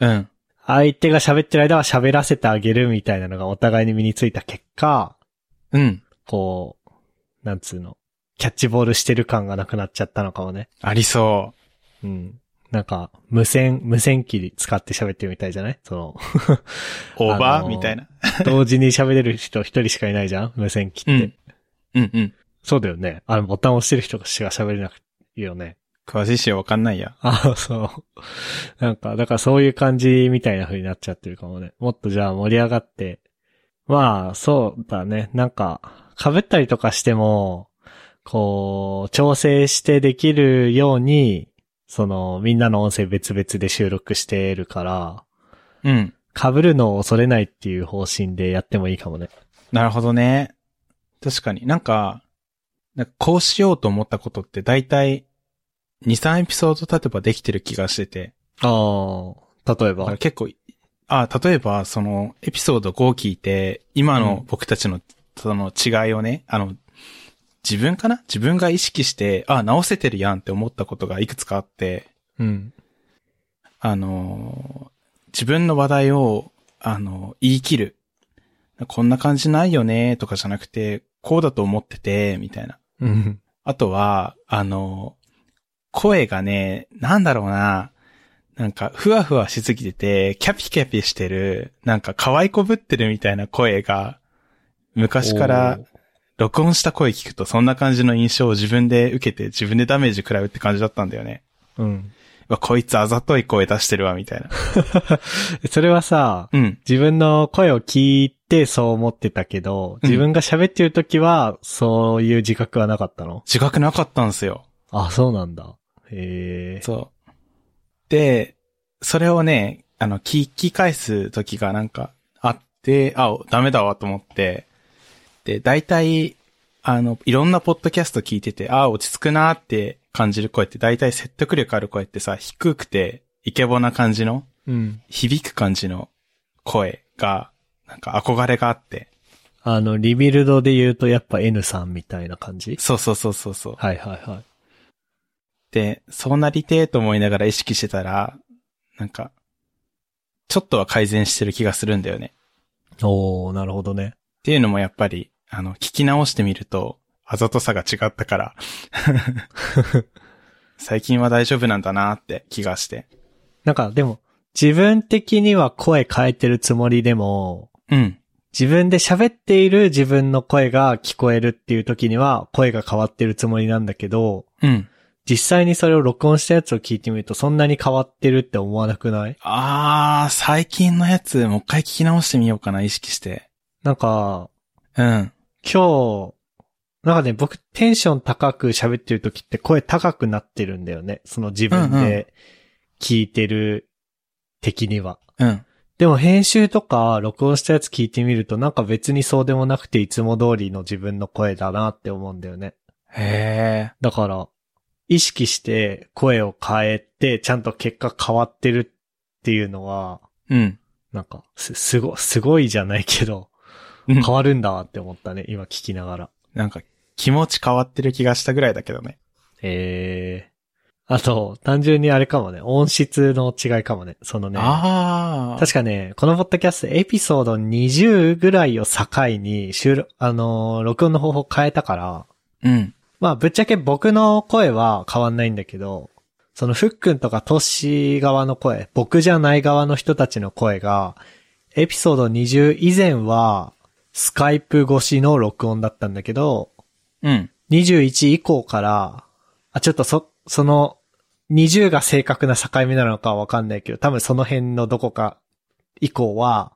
[SPEAKER 2] うん。
[SPEAKER 1] 相手が喋ってる間は喋らせてあげるみたいなのがお互いに身についた結果、
[SPEAKER 2] うん。
[SPEAKER 1] こう、なんつうの、キャッチボールしてる感がなくなっちゃったのかもね。
[SPEAKER 2] ありそ
[SPEAKER 1] うん。なんか、無線、無線機使って喋ってるみたいじゃないその、
[SPEAKER 2] う。 オー
[SPEAKER 1] あ
[SPEAKER 2] バー
[SPEAKER 1] のー
[SPEAKER 2] みたいな。
[SPEAKER 1] 同時に喋れる人一人しかいないじゃん無線機って。
[SPEAKER 2] うん。うんうん。
[SPEAKER 1] そうだよね。あの、ボタン押してる人しか喋れなくていいよね。
[SPEAKER 2] 詳しいしわかんないや。
[SPEAKER 1] ああ、そう。なんか、だからそういう感じみたいな風になっちゃってるかもね。もっとじゃあ盛り上がって。まあ、そうだね。なんか、被ったりとかしても、こう、調整してできるように、その、みんなの音声別々で収録してるから、
[SPEAKER 2] うん。
[SPEAKER 1] 被るのを恐れないっていう方針でやってもいいかもね。
[SPEAKER 2] なるほどね。確かになんか、なんかこうしようと思ったことって大体2、3エピソード経てばできてる気がしてて。
[SPEAKER 1] ああ、例え
[SPEAKER 2] だから
[SPEAKER 1] ば。
[SPEAKER 2] 結構、あ、例えばそのエピソード5を聞いて、今の僕たちのその違いをね、あの、自分かな自分が意識して、あ、直せてるやんって思ったことがいくつかあって、
[SPEAKER 1] うん。
[SPEAKER 2] あのー、自分の話題を、あのー、言い切る。こんな感じないよね、とかじゃなくて、こうだと思ってて、みたいな。
[SPEAKER 1] うん。
[SPEAKER 2] あとは、あのー、声がね、なんだろうな、なんか、ふわふわしすぎてて、キャピキャピしてる、なんか、可愛いこぶってるみたいな声が、昔から
[SPEAKER 1] おー、
[SPEAKER 2] 録音した声聞くと、そんな感じの印象を自分で受けて、自分でダメージ食らうって感じだったんだよね。
[SPEAKER 1] うん。
[SPEAKER 2] うわ、こいつあざとい声出してるわ、みたいな。
[SPEAKER 1] それはさ、
[SPEAKER 2] うん。
[SPEAKER 1] 自分の声を聞いてそう思ってたけど、
[SPEAKER 2] うん
[SPEAKER 1] 自分が喋ってる時は、そういう自覚はなかったの、
[SPEAKER 2] 自覚なかったんですよ。
[SPEAKER 1] あ、そうなんだ。へえ。
[SPEAKER 2] そう。で、それをね、あの、聞き返す時がなんかあって、あ、ダメだわと思って、で、大体、あの、いろんなポッドキャスト聞いてて、あ、落ち着くなって感じる声って、大体説得力ある声ってさ、低くて、イケボな感じの、
[SPEAKER 1] うん。
[SPEAKER 2] 響く感じの声が、なんか憧れがあって。
[SPEAKER 1] あの、リビルドで言うとやっぱ N さんみたいな感じ
[SPEAKER 2] そうそうそうそうそう。
[SPEAKER 1] はいはいはい。
[SPEAKER 2] で、そうなりてえと思いながら意識してたら、なんか、ちょっとは改善してる気がするんだよね。
[SPEAKER 1] おー、なるほどね。
[SPEAKER 2] っていうのもやっぱり、あの、聞き直してみると、あざとさが違っ たから、最近は大丈夫なんだなって気がして。
[SPEAKER 1] なんかでも、自分的には声変えてるつもりでも、
[SPEAKER 2] うん。
[SPEAKER 1] 自分で喋っている自分の声が聞こえるっていう時には声が変わってるつもりなんだけど、
[SPEAKER 2] うん。
[SPEAKER 1] 実際にそれを録音したやつを聞いてみるとそんなに変わってるって思わなくない
[SPEAKER 2] あー、最近のやつ、もう一回聞き直してみようかな、意識して。
[SPEAKER 1] なんか、
[SPEAKER 2] うん。
[SPEAKER 1] 今日、なんかね、僕テンション高く喋ってる時って声高くなってるんだよね。その自分
[SPEAKER 2] うんうん
[SPEAKER 1] で聞いてる的には。
[SPEAKER 2] うん。
[SPEAKER 1] でも編集とか録音したやつ聞いてみるとなんか別にそうでもなくていつも通りの自分の声だなって思うんだよね。
[SPEAKER 2] へー。
[SPEAKER 1] だから、意識して声を変えてちゃんと結果変わってるっていうのは、
[SPEAKER 2] うん。
[SPEAKER 1] なんか、す、すご、すごいじゃないけど、
[SPEAKER 2] うん
[SPEAKER 1] 変わるんだって思ったね、今聞きながら。
[SPEAKER 2] なんか、気持ち変わってる気がしたぐらいだけどね。
[SPEAKER 1] ええあと、単純にあれかもね、音質の違いかもね、そのね。
[SPEAKER 2] あー。
[SPEAKER 1] 確かね、このポッドキャストエピソード20ぐらいを境に収録、あのー録音の方法変えたから、
[SPEAKER 2] うん。
[SPEAKER 1] まあぶっちゃけ僕の声は変わんないんだけど、そのふっくんとかトッシー側の声、僕じゃない側の人たちの声が、エピソード20以前はスカイプ越しの録音だったんだけど、
[SPEAKER 2] うん。
[SPEAKER 1] 21以降から、あ、ちょっとそ、その、20が正確な境目なのかはわかんないけど、多分その辺のどこか以降は、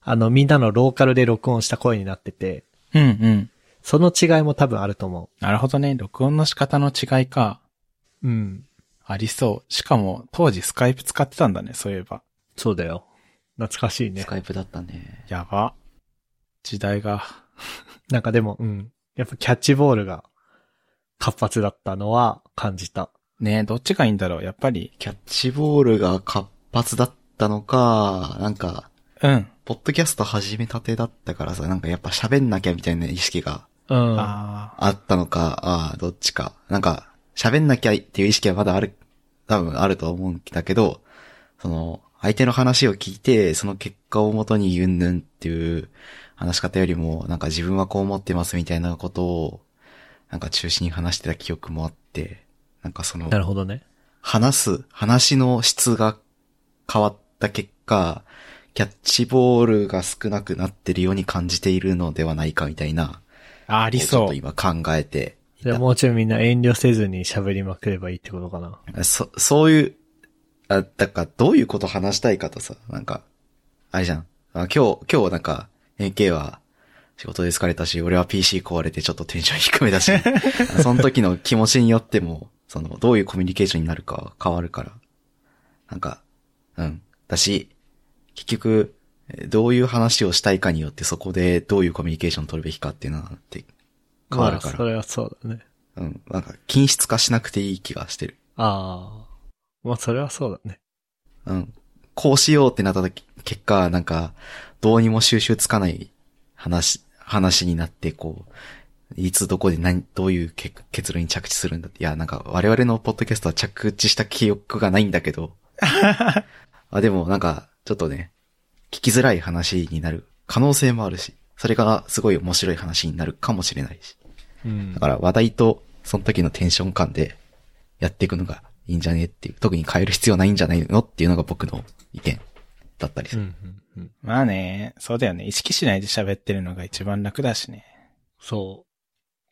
[SPEAKER 1] あの、みんなのローカルで録音した声になってて、
[SPEAKER 2] うんうん。
[SPEAKER 1] その違いも多分あると思
[SPEAKER 2] なるほどね。録音の仕方の違いか。
[SPEAKER 1] う。うん。
[SPEAKER 2] ありそう。しかも、当時スカイプ使ってたんだね、そういえば。
[SPEAKER 1] そうだよ。懐かしいね
[SPEAKER 3] ス。カイプだったね。
[SPEAKER 2] やば。時代が。
[SPEAKER 1] なんかでも、うん。やっぱキャッチボールが活発だったのは感じた。
[SPEAKER 2] ねえどっちがいいんだろうやっぱり。
[SPEAKER 3] キャッチボールが活発だったのか、なんか、
[SPEAKER 2] うん。
[SPEAKER 3] ポッドキャスト始めたてだったからさ、なんかやっぱ喋んなきゃみたいな意識が
[SPEAKER 1] うん。
[SPEAKER 2] ああ。
[SPEAKER 3] あったのか、ああ、どっちか。なんか、喋んなきゃっていう意識はまだある、多分あると思うんだけど、その、相手の話を聞いて、その結果をもとに言うんぬんっていう、話し方よりも、なんか自分はこう思ってますみたいなことを、なんか中心に話してた記憶もあって、なんかその、
[SPEAKER 1] なるほどね。
[SPEAKER 3] 話す、話の質が変わった結果、キャッチボールが少なくなってるように感じているのではないかみたいな、
[SPEAKER 2] あ、あ
[SPEAKER 3] あ
[SPEAKER 2] り
[SPEAKER 3] ちょっ
[SPEAKER 2] そ
[SPEAKER 3] と今考えてい
[SPEAKER 1] じゃあ
[SPEAKER 3] た。
[SPEAKER 1] もうちょいみんな遠慮せずに喋りまくればいいってことかな。
[SPEAKER 3] そ、そういう、あ、だからどういうこと話したいかとさ、なんか、あれじゃん。あ今日、今日なんか、NK は仕事で疲れたし、俺は PC 壊れてちょっとテンション低 めだし、その時の気持ちによっても、その、どういうコミュニケーションになるかは変わるから。なんか、うん。だし、結局、えどういう話をしたいかによってそこでどういうコミュニケーションを取るべきかっていうのはって変わるか
[SPEAKER 1] まあ、
[SPEAKER 3] ら。
[SPEAKER 1] それはそうだね。
[SPEAKER 3] うん。なんか、均質化しなくていい気がしてる。
[SPEAKER 1] ああ。まあ、それはそうだね。
[SPEAKER 3] うん。こうしようってなった時結果、なんか、どうにも収集つかない話、話になって、こう、いつどこで何、どういう結結論に着地するんだって。いや、なんか、我々のポッドキャストは着地した記憶がないんだけ ど。あ、でも、なんか、ちょっとね、聞きづらい話になる可能性もあるし、それがすごい面白い話になるかもしれないし。
[SPEAKER 1] うん
[SPEAKER 3] だ。から、話題と、その時のテンション感で、やっていくのがいいんじゃねっていう、特に変える必要ないんじゃないのっていうのが僕の意見だったりす
[SPEAKER 1] うん
[SPEAKER 3] る。
[SPEAKER 1] うんうん。
[SPEAKER 2] う。まあね、そうだよね。意識しないで喋ってるのが一番楽だしね。
[SPEAKER 1] そ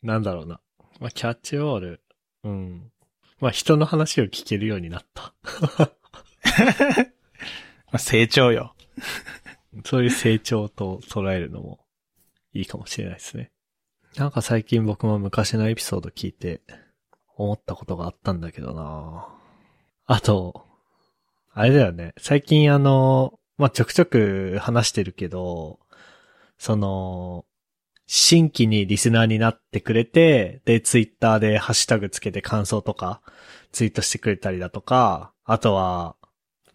[SPEAKER 1] う。なんだろうな。まあ、キャッチボール。うん。まあ、人の話を聞けるようになった。
[SPEAKER 2] まあ成長よ。
[SPEAKER 1] そういう成長と捉えるのもいいかもしれないですね。なんか最近僕も昔のエピソード聞いて思ったことがあったんだけどなあと、あれだよね。最近あの、まあ、ちょくちょく話してるけど、その、新規にリスナーになってくれて、で、ツイッターでハッシュタグつけて感想とか、ツイートしてくれたりだとか、あとは、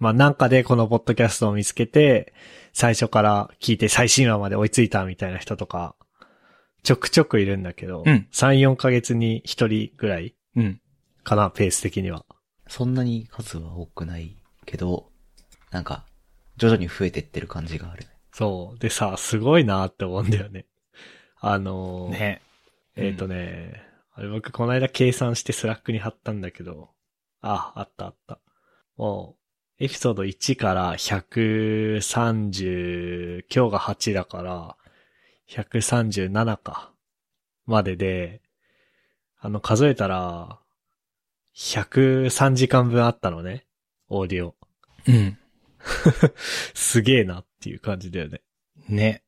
[SPEAKER 1] まあ、なんかでこのポッドキャストを見つけて、最初から聞いて最新話まで追いついたみたいな人とか、ちょくちょくいるんだけど、
[SPEAKER 2] うん
[SPEAKER 1] 3、4ヶ月に1人ぐらい
[SPEAKER 2] うん。
[SPEAKER 1] かな、ペース的には。
[SPEAKER 3] そんなに数は多くないけど、なんか、徐々に増えてってる感じがある。
[SPEAKER 1] そう。でさ、すごいなって思うんだよね。あのー
[SPEAKER 2] ね。
[SPEAKER 1] えっ、とね、あれ僕この間計算してスラックに貼ったんだけど、あ、あったあった。もう、エピソード1から130、今日が8だから、137か、までで、あの、数えたら、103時間分あったのね、オーディオ。
[SPEAKER 2] うん。
[SPEAKER 1] すげえなっていう感じだよね。
[SPEAKER 2] ね。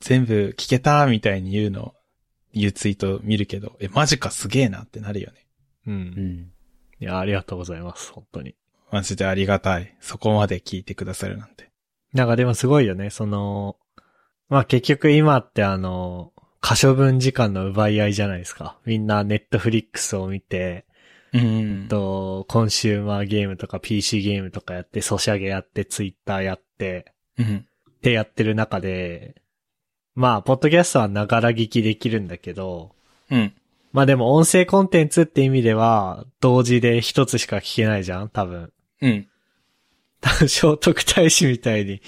[SPEAKER 2] 全部聞けたみたいに言うの、言うツイート見るけど、え、マジかすげえなってなるよね。
[SPEAKER 1] う。
[SPEAKER 3] うんん。
[SPEAKER 1] いや、ありがとうございます、本当に。
[SPEAKER 2] マジでありがたい。そこまで聞いてくださるなんて。
[SPEAKER 1] なんかでもすごいよね、その、まあ結局今ってあの、可処分時間の奪い合いじゃないですか。みんなネットフリックスを見て、
[SPEAKER 2] うん
[SPEAKER 1] と、コンシューマーゲームとか PC ゲームとかやって、ソシャゲやって、ツイッターやって、
[SPEAKER 2] うん。
[SPEAKER 1] ってやってる中で、まあ、ポッドキャストはながら聞きできるんだけど、
[SPEAKER 2] うん。
[SPEAKER 1] まあでも音声コンテンツって意味では、同時で一つしか聞けないじゃん多分。
[SPEAKER 2] うん。
[SPEAKER 1] 聖徳太子みたいに、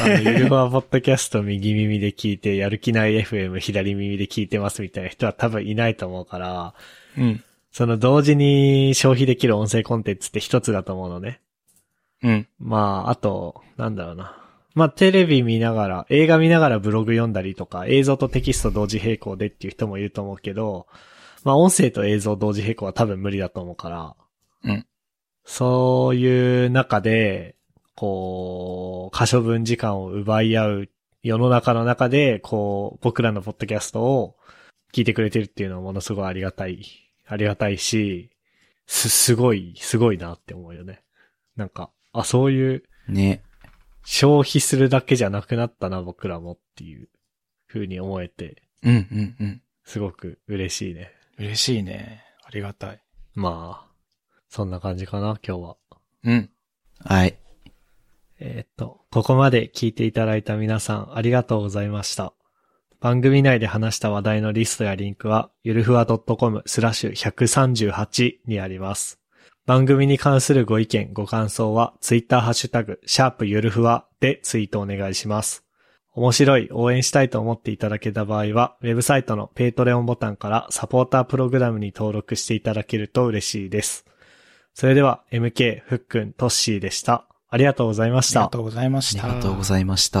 [SPEAKER 1] あの、ゆるふわポッドキャスト右耳で聞いて、やる気ない FM 左耳で聞いてますみたいな人は多分いないと思うから、
[SPEAKER 2] うん。
[SPEAKER 1] その同時に消費できる音声コンテンツって一つだと思うのね。
[SPEAKER 2] うん。
[SPEAKER 1] まあ、あと、なんだろうな。まあ、テレビ見ながら、映画見ながらブログ読んだりとか、映像とテキスト同時並行でっていう人もいると思うけど、まあ、音声と映像同時並行は多分無理だと思うから、
[SPEAKER 2] うん。
[SPEAKER 1] そういう中で、こう、可処分時間を奪い合う世の中の中で、こう、僕らのポッドキャストを聞いてくれてるっていうのはものすごいありがたい、ありがたいし、す、すごい、すごいなって思うよね。なんか、あ、そういう、
[SPEAKER 3] ね。
[SPEAKER 1] 消費するだけじゃなくなったな、僕らもっていう風に思えて、
[SPEAKER 2] うん。うん。うん。
[SPEAKER 1] すごく嬉しいね。
[SPEAKER 2] 嬉しいね。ありがたい。
[SPEAKER 1] まあ、そんな感じかな、今日は。
[SPEAKER 2] うん。
[SPEAKER 3] はい。
[SPEAKER 1] えーっと、ここまで聞いていただいた皆さんありがとうございました。番組内で話した話題のリストやリンクは、ゆるふわ .com スラッシュ138にあります。番組に関するご意見、ご感想は、ツイッターハッシュタグ、シャープゆるふわでツイートお願いします。面白い、応援したいと思っていただけた場合は、ウェブサイトのペイトレオンボタンからサポータープログラムに登録していただけると嬉しいです。それでは、MK、ふっくん、トッシーでした。ありがとうございまし
[SPEAKER 2] り
[SPEAKER 1] た
[SPEAKER 2] が。とうございまし
[SPEAKER 3] り
[SPEAKER 2] た。
[SPEAKER 3] がとうございました。